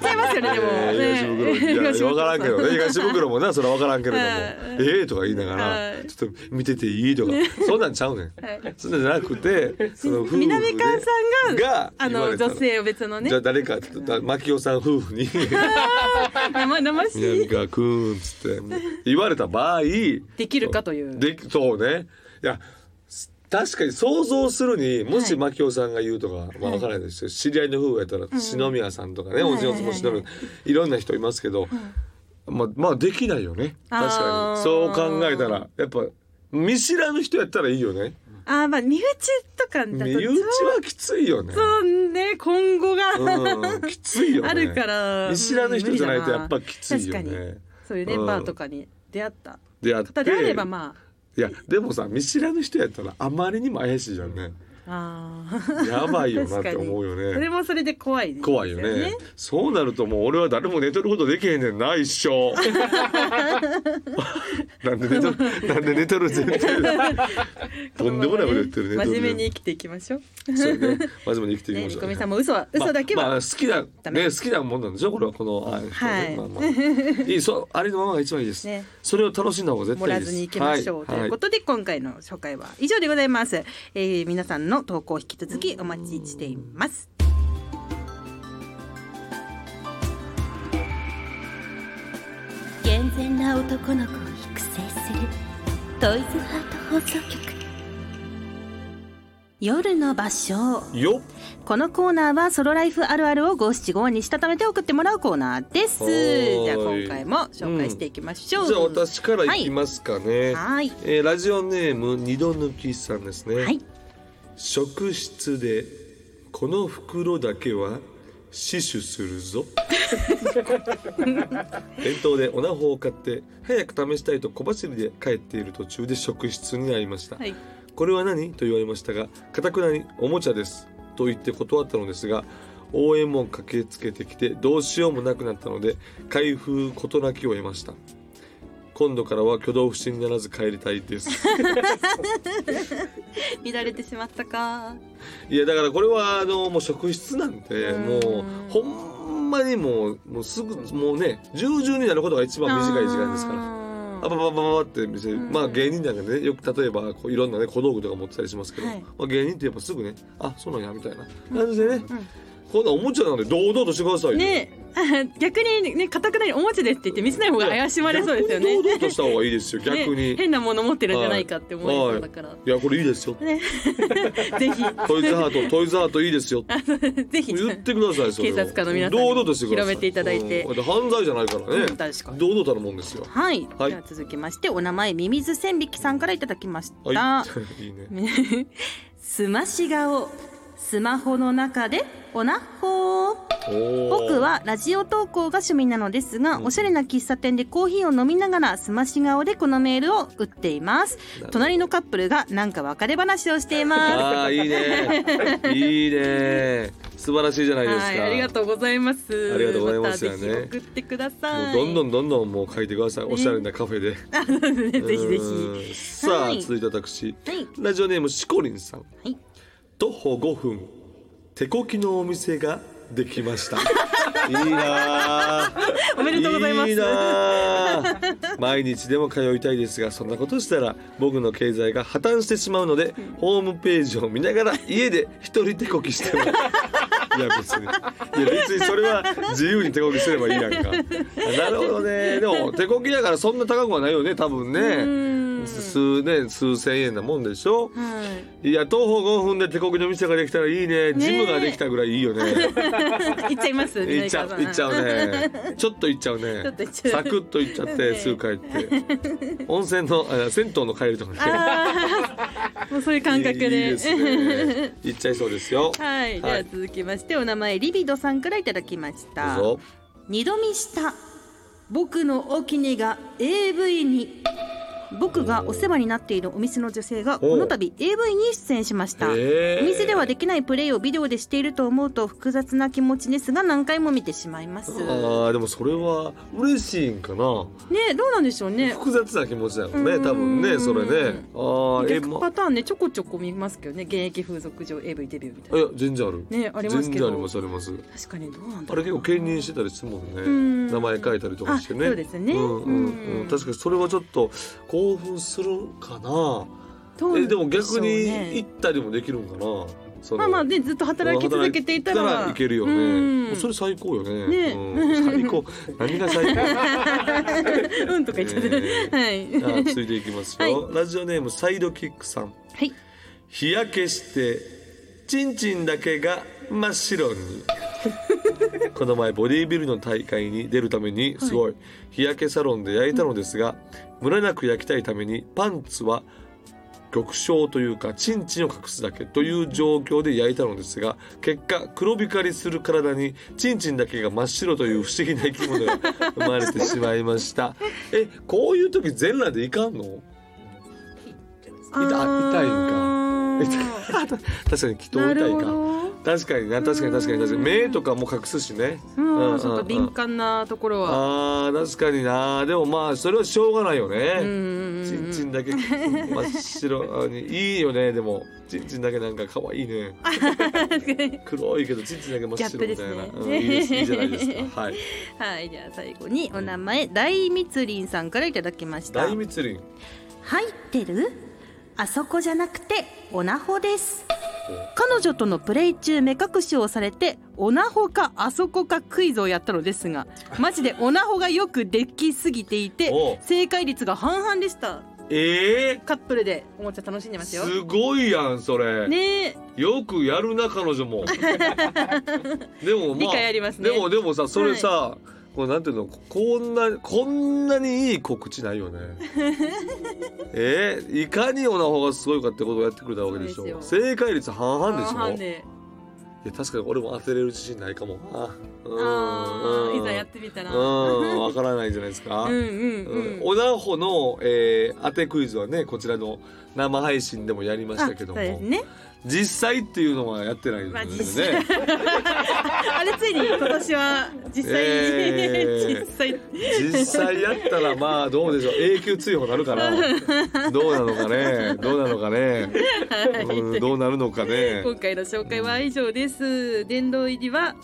[SPEAKER 1] ちゃいますよねでも。
[SPEAKER 2] えー東袋いや
[SPEAKER 1] ね
[SPEAKER 2] 分からんけどね東袋もなそれは分からんけれども、
[SPEAKER 1] はい
[SPEAKER 2] ええとか言いなが
[SPEAKER 1] は
[SPEAKER 2] ら
[SPEAKER 1] い
[SPEAKER 2] ちょっと見てていいとかそんなんちゃうねん
[SPEAKER 1] はい
[SPEAKER 2] そんなんじゃな くてその夫婦で
[SPEAKER 1] 南川さんが
[SPEAKER 2] が
[SPEAKER 1] あ
[SPEAKER 2] 言わ
[SPEAKER 1] の
[SPEAKER 2] れた
[SPEAKER 1] 女性を別のね
[SPEAKER 2] じゃあ誰かちょっと牧雄さん夫 婦に
[SPEAKER 1] 生々し
[SPEAKER 2] 南
[SPEAKER 1] い
[SPEAKER 2] 川くんっつって言われた場合
[SPEAKER 3] できるかという
[SPEAKER 2] でそうねいやす確かに想像するにもし
[SPEAKER 1] はい
[SPEAKER 2] 牧雄さんが言うとか、まあ分からないですけど知り合いの夫婦やったら篠宮さんとかね、
[SPEAKER 1] うん
[SPEAKER 2] おじおつも篠
[SPEAKER 1] はいはい
[SPEAKER 2] 宮いろんな人いますけど、まあまあできないよね
[SPEAKER 1] あー
[SPEAKER 2] 確かにそう考えたらやっぱ見知らぬ人やったらいいよね
[SPEAKER 1] あーまあ身内とかだと
[SPEAKER 2] 身
[SPEAKER 1] ち
[SPEAKER 2] 内
[SPEAKER 1] ょ
[SPEAKER 2] は
[SPEAKER 1] っ
[SPEAKER 2] きついよね、
[SPEAKER 1] とね今後が
[SPEAKER 2] うん、きついよね
[SPEAKER 1] あるから
[SPEAKER 2] 見知らぬ人じゃないとやっぱきついよ
[SPEAKER 1] 確かに
[SPEAKER 2] ね
[SPEAKER 1] そういうね
[SPEAKER 2] うん
[SPEAKER 1] バーとかに出会った
[SPEAKER 2] であって
[SPEAKER 1] 方であればま
[SPEAKER 2] いやでもさ見知らぬ人やったらあまりにも怪しいじゃんね
[SPEAKER 1] ああー
[SPEAKER 2] やばいよなっ
[SPEAKER 1] 確か
[SPEAKER 2] て
[SPEAKER 1] に
[SPEAKER 2] 思うよね
[SPEAKER 1] それもそれで怖いです
[SPEAKER 2] 怖いよねそうなるともう俺は誰も寝とることできへんねんな 一生なんで寝とるなんで寝とる前提 とんでもないこと言ってるね
[SPEAKER 1] 真面目に生きていきましょう
[SPEAKER 2] そうよね真面目に生きていき
[SPEAKER 1] ね
[SPEAKER 2] ま
[SPEAKER 1] り
[SPEAKER 2] し
[SPEAKER 1] こ
[SPEAKER 2] ょう、
[SPEAKER 1] み
[SPEAKER 2] ね
[SPEAKER 1] さんも嘘は嘘だけ
[SPEAKER 2] まあ、まあ
[SPEAKER 1] は
[SPEAKER 2] 好きなね
[SPEAKER 1] ダメ
[SPEAKER 2] 好きなもんなんでしょこれはこのあ,、
[SPEAKER 1] はい
[SPEAKER 2] まあまあ、いいそうありのままが一番いいです、
[SPEAKER 1] ね
[SPEAKER 2] それを楽しんだ方が絶
[SPEAKER 1] 盛
[SPEAKER 2] 対
[SPEAKER 1] ら
[SPEAKER 2] いいです
[SPEAKER 1] ずにいきましょうということで今回の紹介は以上でございますえー皆さんの投稿を引き続きお待ちしています
[SPEAKER 4] 健全な男の子を育成するトイズハート放送局
[SPEAKER 1] 夜の場所
[SPEAKER 2] はいよっ
[SPEAKER 1] このコーナーはソロライフあるあるを五七五にしたためて送ってもらうコーナーです
[SPEAKER 2] はーい
[SPEAKER 1] じゃあ今回も紹介していきましょう、
[SPEAKER 2] じゃあ私からいきますかね、
[SPEAKER 1] はい
[SPEAKER 2] えーラジオネーム二度抜きさんですね、
[SPEAKER 1] はい
[SPEAKER 2] 職質でこの袋だけは死守す るぞ店頭でオナホを買って早く試したいと小走りで帰っている途中で職質になりました、
[SPEAKER 1] はい
[SPEAKER 2] これは何と言われましたがかたくなにおもちゃですと言って断ったのですが応援も駆けつけてきてどうしようもなくなったので開封事なきを得ました今度からは挙動不審にならず帰りたいです
[SPEAKER 1] 乱れてしまったか
[SPEAKER 2] いやだからこれはあのもう職質なんて
[SPEAKER 1] うん
[SPEAKER 2] もうほんまにもうもうすぐもうね従順になることが一番短い時間ですから。
[SPEAKER 1] ら
[SPEAKER 2] あばばばばばって見せる
[SPEAKER 1] うん
[SPEAKER 2] まあ芸人なんかねよく例えばこういろんなね小道具とか持ってたりしますけど、
[SPEAKER 1] はい
[SPEAKER 2] まあ、芸人ってやっぱすぐねあそうなんやみたいな感じでね、
[SPEAKER 1] ん
[SPEAKER 2] こんなおもちゃなんで堂々としてくださいよ
[SPEAKER 1] ね 逆にねかたくなにおもちゃですって言って見せない方が怪しまれそうですよね
[SPEAKER 2] 逆に堂々とした方がいいですよ逆に、
[SPEAKER 1] ね変なもの持ってるんじゃないかって思い
[SPEAKER 2] は
[SPEAKER 1] そう
[SPEAKER 2] い
[SPEAKER 1] だから、
[SPEAKER 2] いやこれいいですよ、
[SPEAKER 1] ぜひ
[SPEAKER 2] トイズハートトイズハートいいですよ
[SPEAKER 1] ぜひ
[SPEAKER 2] 言ってくださいそれを
[SPEAKER 1] 警察官の皆さんに
[SPEAKER 2] 堂々としてください
[SPEAKER 1] 広めていただいて
[SPEAKER 2] うんだって犯罪じゃないからね、
[SPEAKER 1] うん確かに
[SPEAKER 2] 堂々たるもんですよ
[SPEAKER 1] はい、
[SPEAKER 2] はい
[SPEAKER 1] では続きましてお名前ミミズ千匹さんからいただきました、
[SPEAKER 2] はい いいね
[SPEAKER 1] すまし顔スマホの中でおなほー僕
[SPEAKER 2] 僕
[SPEAKER 1] はラジオ投稿が趣味なのですが、
[SPEAKER 2] うん
[SPEAKER 1] おしゃれな喫茶店でコーヒーを飲みながらすまし顔でこのメールを打っています
[SPEAKER 2] ほど
[SPEAKER 1] 隣のカップルがなんか別れ話をしていま
[SPEAKER 2] ああいいねいいね素晴らしいじゃな
[SPEAKER 1] す
[SPEAKER 2] いですか、
[SPEAKER 1] はいありがとうございます
[SPEAKER 2] ありがとうございますよね
[SPEAKER 1] たぜひ送ってくださ
[SPEAKER 2] も
[SPEAKER 1] いう
[SPEAKER 2] どんどんどんどんもう書いてください、おしゃれなカフェで
[SPEAKER 1] ぜひぜひ
[SPEAKER 2] ひさあ、
[SPEAKER 1] はい
[SPEAKER 2] 続いて私
[SPEAKER 1] はい
[SPEAKER 2] ラジオネームしこりんさん、
[SPEAKER 1] い
[SPEAKER 2] 徒歩5分手こきのお店ができ ましたいいなあ
[SPEAKER 1] おめでとうございます
[SPEAKER 2] いいなあ毎日でも通いたいですがそんなことしたら僕の経済が破綻してしまうので、ホームページを見ながら家で一人手こきし てますいや別にいや別にそれは自由に手こきすればいいやんかなるほどねでも手こきだからそんな高くはないよね多分ね数ね数千円なもんでしょ
[SPEAKER 1] はい
[SPEAKER 2] いや徒歩5分で手こきの店ができたらいいねジムができたぐらいいいよね
[SPEAKER 1] 行っちゃいます。
[SPEAKER 2] いっちゃう、いっちゃうね。ちょっといっちゃうね
[SPEAKER 1] ょっと行っ。ちゃう
[SPEAKER 2] サクッといっちゃって、
[SPEAKER 1] ね
[SPEAKER 2] すぐ帰って。温泉の、あ銭湯の帰りとかね。
[SPEAKER 1] もうそういう感覚で。
[SPEAKER 2] いいですね。いっちゃいそうですよ。
[SPEAKER 1] はい、では続きまして、お名前リビドさんからいただきました。
[SPEAKER 2] どうぞ。
[SPEAKER 1] 二度見した。僕のお気にが AV に。僕がお世話になっているお店の女性がこの度 AV に出演しました
[SPEAKER 2] え
[SPEAKER 1] お店ではできないプレイをビデオでしていると思うと複雑な気持ちですが何回も見てしまいます
[SPEAKER 2] あ
[SPEAKER 1] ね
[SPEAKER 2] ーでもそれは嬉しいんかな、
[SPEAKER 1] どうなんでしょうね
[SPEAKER 2] 複雑な気持ちだよね
[SPEAKER 1] うん
[SPEAKER 2] 多分ねそれねあーえ
[SPEAKER 1] 逆
[SPEAKER 2] ま
[SPEAKER 1] パターンねちょこちょこ見ますけどね現役風俗上 AV デビューみたい
[SPEAKER 2] いや全然ある
[SPEAKER 1] なねありま
[SPEAKER 2] 全
[SPEAKER 1] すけ
[SPEAKER 2] 然あ
[SPEAKER 1] ど
[SPEAKER 2] りますあります
[SPEAKER 1] 確かにどうなんだ
[SPEAKER 2] あ
[SPEAKER 1] ろ
[SPEAKER 2] れ
[SPEAKER 1] う
[SPEAKER 2] 結構兼任してたりするもんね
[SPEAKER 1] ん
[SPEAKER 2] 名前書いたりとかしてね
[SPEAKER 1] あそうですね
[SPEAKER 2] うんうんう、
[SPEAKER 1] うんん
[SPEAKER 2] 確かにそれはちょっと興奮するかな
[SPEAKER 1] どうなん
[SPEAKER 2] えでも
[SPEAKER 1] しょ
[SPEAKER 2] 逆
[SPEAKER 1] う
[SPEAKER 2] に
[SPEAKER 1] ね
[SPEAKER 2] 行ったりもできるんかなその
[SPEAKER 1] まあまあねずっと働き続けていたら
[SPEAKER 2] 働いていけるよね、
[SPEAKER 1] うん
[SPEAKER 2] もうそれ最高よね
[SPEAKER 1] ね
[SPEAKER 2] うん、最高何が最高
[SPEAKER 1] うんとか言っちゃって、
[SPEAKER 2] え
[SPEAKER 1] はい
[SPEAKER 2] あ続いていき ますよ、ラジオネームサイドキックさん
[SPEAKER 1] はい
[SPEAKER 2] 日焼けしてチンチンだけが真っ白 にこの前ボディビルの大会に出るためにすごい日焼けサロンで焼いたのですが、ムラなく焼きたいためにパンツは極小というかチンチンを隠すだけという状況で焼いたのですが結果黒光りする体にチンチンだけが真っ白という不思議な生き物が 生まれてしまいましたえこういう時全裸でいかんの
[SPEAKER 1] あ
[SPEAKER 2] 痛い痛いんか
[SPEAKER 1] ー
[SPEAKER 2] 確かに祈祷
[SPEAKER 1] な
[SPEAKER 2] 痛
[SPEAKER 1] る
[SPEAKER 2] い
[SPEAKER 1] ほ
[SPEAKER 2] か
[SPEAKER 1] ど
[SPEAKER 2] 確かにな確かに確かに確かに目とかも隠すしね
[SPEAKER 1] う、
[SPEAKER 2] うんん
[SPEAKER 1] そっか
[SPEAKER 2] うん
[SPEAKER 1] 敏感なところは。
[SPEAKER 2] あー確かになでもまあそれはしょうがないよ
[SPEAKER 1] うんう
[SPEAKER 2] ね
[SPEAKER 1] ん
[SPEAKER 2] ちんち
[SPEAKER 1] うんん。
[SPEAKER 2] だけ真っ白にいいよねでもちんちんだけなんか可愛いね黒いけどちんちんだけ真っ白みたいな、
[SPEAKER 1] ギャップです
[SPEAKER 2] うん、
[SPEAKER 1] ね
[SPEAKER 2] いいですいいじゃないで すかはい
[SPEAKER 1] はい、じゃあ最後にお名前、大密林さんからいただきました。
[SPEAKER 2] 大
[SPEAKER 1] 入
[SPEAKER 2] 密林
[SPEAKER 1] ってる？あそこじゃなくてオナホです。彼女とのプレイ中目隠しをされてオナホかあそこかクイズをやったのですがマジでオナホがよくできすぎていて
[SPEAKER 2] おう
[SPEAKER 1] 正解率が半々でした
[SPEAKER 2] ええ
[SPEAKER 1] カップルでおもちゃ楽しんでますよ
[SPEAKER 2] すごいやんそれ、
[SPEAKER 1] ねえ
[SPEAKER 2] よくやるな彼 女もでも
[SPEAKER 1] 理
[SPEAKER 2] まあ
[SPEAKER 1] 解ありますね
[SPEAKER 2] でもでもさそれさ、こうなんていうのここんなこんなにいい告知ないよ ねえー、いかにオナホがすごいかってことをやってくれたわけでし
[SPEAKER 1] そ
[SPEAKER 2] ょ
[SPEAKER 1] うです
[SPEAKER 2] 正解率半々でしょ
[SPEAKER 1] 半々で
[SPEAKER 2] いや確かに俺も当てれる自信ないかもなうん
[SPEAKER 1] あ
[SPEAKER 2] う
[SPEAKER 1] ー
[SPEAKER 2] ん
[SPEAKER 1] いざやってみたら
[SPEAKER 2] うんわからないじゃないですか、
[SPEAKER 1] うんうんうん
[SPEAKER 2] オナホの、えー当てクイズはねこちらの生配信でもやりましたけども
[SPEAKER 1] あそうですね。
[SPEAKER 2] 実際っていうのはやってないん
[SPEAKER 1] まあ
[SPEAKER 2] ですよね。
[SPEAKER 1] あれついに今年は実際、
[SPEAKER 2] え ー
[SPEAKER 1] 実際
[SPEAKER 2] 実際やったらまあどうでしょう永久追放なるかなどうなのかねどうなのかね、うん、どうなるのかね
[SPEAKER 1] 今回の紹介は以上です。殿堂入りは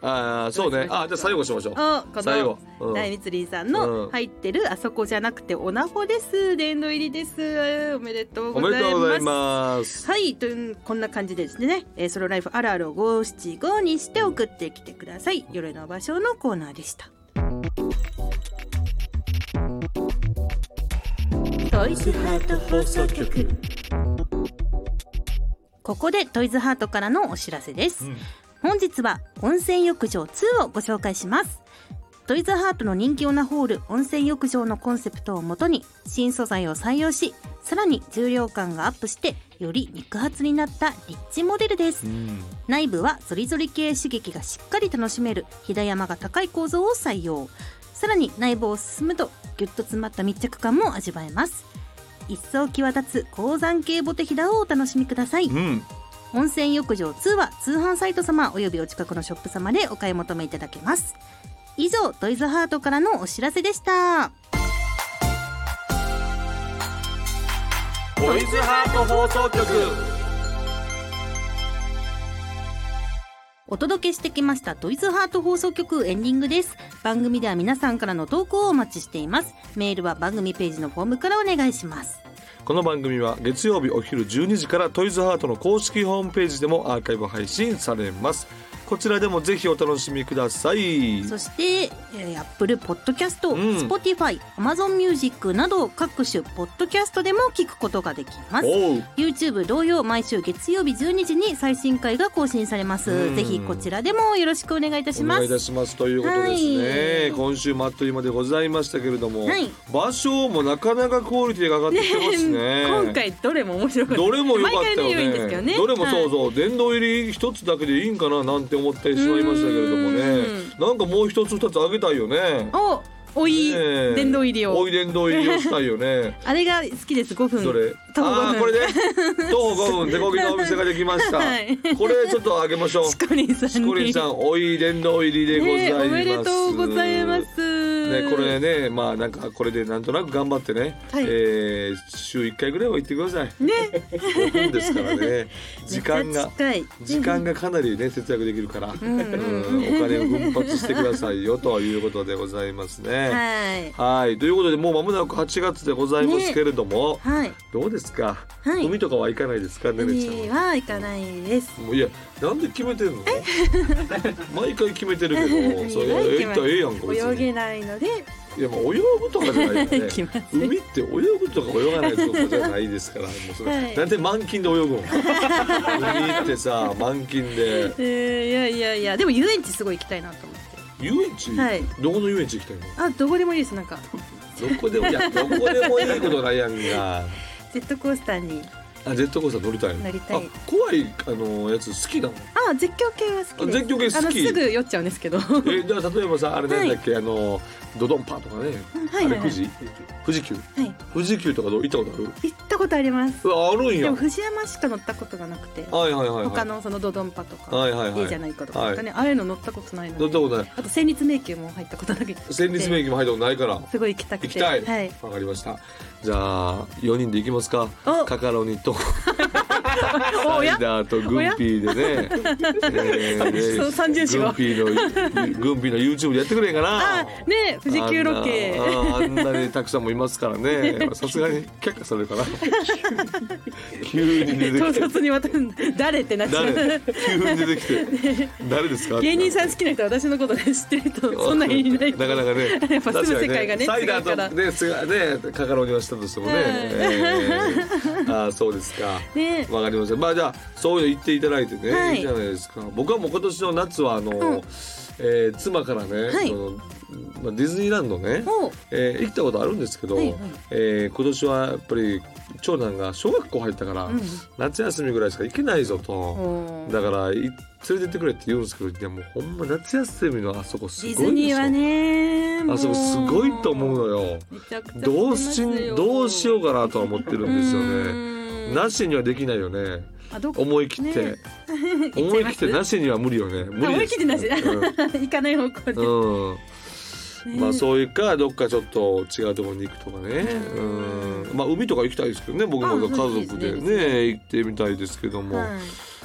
[SPEAKER 2] ああそうねあじゃあ最後しましょう
[SPEAKER 1] あこ
[SPEAKER 2] 最後
[SPEAKER 1] の、
[SPEAKER 2] うん
[SPEAKER 1] 大密林さん
[SPEAKER 2] うん
[SPEAKER 1] の入ってるあそこじゃなくてオナホです。殿堂入りです。おめでとう
[SPEAKER 2] お
[SPEAKER 1] ご
[SPEAKER 2] めで
[SPEAKER 1] ざい
[SPEAKER 2] とうござ
[SPEAKER 1] ま
[SPEAKER 2] い
[SPEAKER 1] す。
[SPEAKER 2] ます
[SPEAKER 1] はいというこんな感じでですね、えー、ソロライフあるあるを五七五にして送ってきてください夜の場所のコーナーでしたトイズハート放送局ここでトイズハートからのお知らせです、
[SPEAKER 2] うん
[SPEAKER 1] 本日は温泉浴場2をご紹介しますトイズハートの人気オナホール温泉浴場のコンセプトをもとに新素材を採用しさらに重量感がアップしてより肉厚になったリッチモデルです
[SPEAKER 2] うん
[SPEAKER 1] 内部はゾリゾリ系刺激がしっかり楽しめるひだ山が高い構造を採用さらに内部を進むとギュッと詰まった密着感も味わえます一層際立つ高山系ボテヒダをお楽しみください
[SPEAKER 2] うん
[SPEAKER 1] 温泉浴場2は通販サイト様およびお近くのショップ様でお買い求めいただけます以上トイズハートからのお知らせでした
[SPEAKER 2] ボイズハート放送局
[SPEAKER 1] お届けしてきましたトイズハート放送局エンディングです番組では皆さんからの投稿をお待ちしていますメールは番組ページのフォームからお願いします
[SPEAKER 2] この番組は月曜日お昼12時からトイズハートの公式ホームページでもアーカイブ配信されますこちらでもぜひお楽しみください
[SPEAKER 1] そして、えー、Apple Podcast、
[SPEAKER 2] うん
[SPEAKER 1] Spotify、Amazon Music など各種ポッドキャストでも聞くことができます
[SPEAKER 2] おう
[SPEAKER 1] YouTube 同様毎週月曜日12時に最新回が更新されます、
[SPEAKER 2] うん
[SPEAKER 1] ぜひこちらでもよろしくお願いいたし
[SPEAKER 2] お
[SPEAKER 1] ま
[SPEAKER 2] 願いいた
[SPEAKER 1] す
[SPEAKER 2] しますということですね、
[SPEAKER 1] はい
[SPEAKER 2] 今週もあっという間でございましたけれども、
[SPEAKER 1] はい
[SPEAKER 2] 場所もなかなかクオリティが上がってきてますね
[SPEAKER 1] 今回どれも面白かった
[SPEAKER 2] どれも良かった
[SPEAKER 1] 毎回ね
[SPEAKER 2] よ
[SPEAKER 1] 良いん
[SPEAKER 2] ね
[SPEAKER 1] ですけどね
[SPEAKER 2] どれもそうそう、殿堂入り一つだけでいいんかななんて思ってしまいましたけれども
[SPEAKER 1] う
[SPEAKER 2] ね
[SPEAKER 1] ー
[SPEAKER 2] なんかもう一つ二つあげたいよね
[SPEAKER 1] おおい
[SPEAKER 2] ね え
[SPEAKER 1] 殿堂入りを
[SPEAKER 2] おい殿堂入りをしたいよね
[SPEAKER 1] あれが好きです5分
[SPEAKER 2] どれ
[SPEAKER 1] 徒歩5
[SPEAKER 2] あー
[SPEAKER 1] 分
[SPEAKER 2] こ れね徒歩5分手こぎのお店ができました、
[SPEAKER 1] はい
[SPEAKER 2] これちょっとあげま しょう
[SPEAKER 1] しこりんさんに
[SPEAKER 2] しこりんさんおい殿堂入りでござい
[SPEAKER 1] ね
[SPEAKER 2] ます、
[SPEAKER 1] おめでとうございます
[SPEAKER 2] ね、これねまあなんかこれでなんとなく頑張ってね、
[SPEAKER 1] はい
[SPEAKER 2] えー週1回ぐらいは行ってくださいね5分ですからね 時間
[SPEAKER 1] めっ
[SPEAKER 2] が
[SPEAKER 1] ちゃ近い
[SPEAKER 2] 時間がかなりね節約できるから、
[SPEAKER 1] うんうん
[SPEAKER 2] うんお金を奮発してくださいよということでございますね。はい
[SPEAKER 1] はい
[SPEAKER 2] ということでもう間もなく8月でございますけれども、
[SPEAKER 1] はい
[SPEAKER 2] どうですか、
[SPEAKER 1] はい
[SPEAKER 2] 海とかは行かないですかねねちゃんは
[SPEAKER 1] 海。は行かないです
[SPEAKER 2] もういやなんで決めてんの 毎回決めてるけどそれ
[SPEAKER 1] はい
[SPEAKER 2] ええったらええやんか別
[SPEAKER 1] 泳
[SPEAKER 2] に
[SPEAKER 1] げないので
[SPEAKER 2] いやまあ泳ぐとかじゃないから ね
[SPEAKER 1] 来ますね
[SPEAKER 2] 海って泳ぐとか泳がないとかじゃないですからもうそ れ、
[SPEAKER 1] はい
[SPEAKER 2] なんで満勤で泳 ぐの海ってさ満勤で
[SPEAKER 1] えーいやいやいやでも遊園地すごい行きたいなと思って
[SPEAKER 2] 遊園地、
[SPEAKER 1] はい
[SPEAKER 2] どこの遊園地行きたいの
[SPEAKER 1] あどこでもいいですなんか
[SPEAKER 2] どこでもいやどこでもいいことないやんか
[SPEAKER 1] ジェットコースターに
[SPEAKER 2] あジェットコースター乗りたいの
[SPEAKER 1] 乗りたい
[SPEAKER 2] あ怖いあのやつ好きなの
[SPEAKER 1] あ絶叫系は好きです
[SPEAKER 2] あ絶叫系好き
[SPEAKER 1] あのすぐ酔っちゃうんですけ ど
[SPEAKER 2] えじゃあ例えばさあれなんだっけ、あのドドンパとかね、
[SPEAKER 1] はいはいはい
[SPEAKER 2] あれ富士富士急
[SPEAKER 1] はい
[SPEAKER 2] 富士急とかどう行ったことある
[SPEAKER 1] 行ったことあります
[SPEAKER 2] うわあるん
[SPEAKER 1] で
[SPEAKER 2] や
[SPEAKER 1] も藤山しか乗ったことがなくて
[SPEAKER 2] はいはいはいはい
[SPEAKER 1] 他のそのドドンパとか、
[SPEAKER 2] はいはいはい
[SPEAKER 1] いじゃないかとか、ねああいうの乗ったことないの
[SPEAKER 2] 乗
[SPEAKER 1] で
[SPEAKER 2] ったことない
[SPEAKER 1] あと戦慄迷宮も入ったことなくて
[SPEAKER 2] 戦慄名義も入ったことないから
[SPEAKER 1] すごい行きたくて
[SPEAKER 2] 行きたい
[SPEAKER 1] はい、
[SPEAKER 2] わかりましたじゃあ4人で行きますか
[SPEAKER 1] お
[SPEAKER 2] カカロニと
[SPEAKER 1] お
[SPEAKER 2] サイ
[SPEAKER 1] や
[SPEAKER 2] ダーとグンピーでねえー
[SPEAKER 1] そう三重師
[SPEAKER 2] グ
[SPEAKER 1] が
[SPEAKER 2] ンピーのグンピーの YouTube でやってくれんか
[SPEAKER 1] あ
[SPEAKER 2] な
[SPEAKER 1] ね富士急ロケ
[SPEAKER 2] あんなあんなにたくさんもいますか らねさすがに却下されるかな 急 に出て
[SPEAKER 1] 唐
[SPEAKER 2] きて
[SPEAKER 1] 突に渡るんだ誰ってなっちゃ
[SPEAKER 2] 誰
[SPEAKER 1] う
[SPEAKER 2] 急に 出てきて誰ですか
[SPEAKER 1] 芸人さん好きな人は私のことで知ってる人 そんなにいない
[SPEAKER 2] なかなかね
[SPEAKER 1] やっぱ住む世界がね違うから
[SPEAKER 2] 確かにサイダーとねねカカロニはしたとしてもね、
[SPEAKER 1] うん
[SPEAKER 2] えー、あーそうですか
[SPEAKER 1] ね
[SPEAKER 2] わかりましたまあじゃあそういうの言っていただいてね、
[SPEAKER 1] はい
[SPEAKER 2] い、いじゃないですか僕はもう今年の夏はあの、
[SPEAKER 1] うん
[SPEAKER 2] えー妻からね、
[SPEAKER 1] はい
[SPEAKER 2] そのまあ、ディズニーランドね、
[SPEAKER 1] お
[SPEAKER 2] えー行ったことあるんですけど、
[SPEAKER 1] はいはい
[SPEAKER 2] えー今年はやっぱり長男が小学校入ったから、
[SPEAKER 1] うん
[SPEAKER 2] 夏休みぐらいしか行けないぞと。
[SPEAKER 1] お
[SPEAKER 2] だからい連れてってくれって言うんですけどいやもうほんま夏休みのあそこす
[SPEAKER 1] デ
[SPEAKER 2] ごい
[SPEAKER 1] ィ
[SPEAKER 2] でしょ
[SPEAKER 1] ズニーはねも
[SPEAKER 2] あそこすごいと思うのよ
[SPEAKER 1] めちゃくちゃ
[SPEAKER 2] どうし
[SPEAKER 1] 混んでます
[SPEAKER 2] どうしようかなとは思ってるんですよね
[SPEAKER 1] ね
[SPEAKER 2] なしにはできないよね
[SPEAKER 1] あどこ
[SPEAKER 2] 思い切って、
[SPEAKER 1] ね
[SPEAKER 2] 思い切ってな
[SPEAKER 1] し
[SPEAKER 2] しには無理よね無理
[SPEAKER 1] 思い切ってなし行かない方向で、
[SPEAKER 2] うん、うん、まあ
[SPEAKER 1] ね
[SPEAKER 2] そういうかどっかちょっと違うところに行くとかね
[SPEAKER 1] うん
[SPEAKER 2] うんまあ海とか行きたいですけどね僕
[SPEAKER 1] あ
[SPEAKER 2] も家族で
[SPEAKER 1] そうです
[SPEAKER 2] ね行ってみたいですけども、
[SPEAKER 1] はい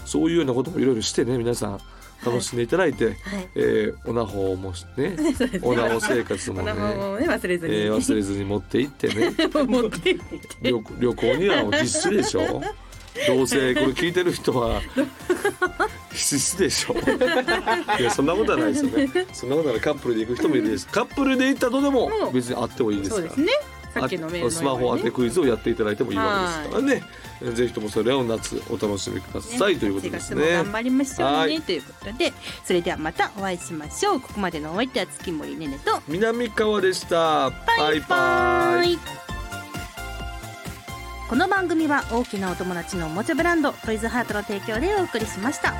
[SPEAKER 2] そういうようなこともいろいろしてね皆さん楽しんでいただいて、
[SPEAKER 1] はい
[SPEAKER 2] えーオナホもね
[SPEAKER 1] そう ですね
[SPEAKER 2] オナホ生活
[SPEAKER 1] お
[SPEAKER 2] もね
[SPEAKER 1] 名前もね忘れずに、
[SPEAKER 2] えー忘れずに持って行ってね
[SPEAKER 1] 持って行って
[SPEAKER 2] 旅旅行には必須で しょどうせこれ聞いてる人は必須 でしょいやそんなことはないですよねそんなことはないカップルで行く人もいるですカップルで行ったとでも
[SPEAKER 1] うん
[SPEAKER 2] 別にあってもいいです
[SPEAKER 1] そ
[SPEAKER 2] か
[SPEAKER 1] う
[SPEAKER 2] ら
[SPEAKER 1] ですねさっきのメールのようにね
[SPEAKER 2] スマホ当てクイズをやっていただいてもいいわけですからねえーぜひともそれを夏お楽しみください、ということです
[SPEAKER 1] 8月
[SPEAKER 2] ね
[SPEAKER 1] も頑張りましょう
[SPEAKER 2] は
[SPEAKER 1] ね
[SPEAKER 2] い
[SPEAKER 1] ということでそれではまたお会いしましょうここまでのお相手は月森ねねと
[SPEAKER 2] 南川でしたバイバイ
[SPEAKER 1] この番組は大きなお友達のおもちゃブランドトイズハートの提供でお送りしました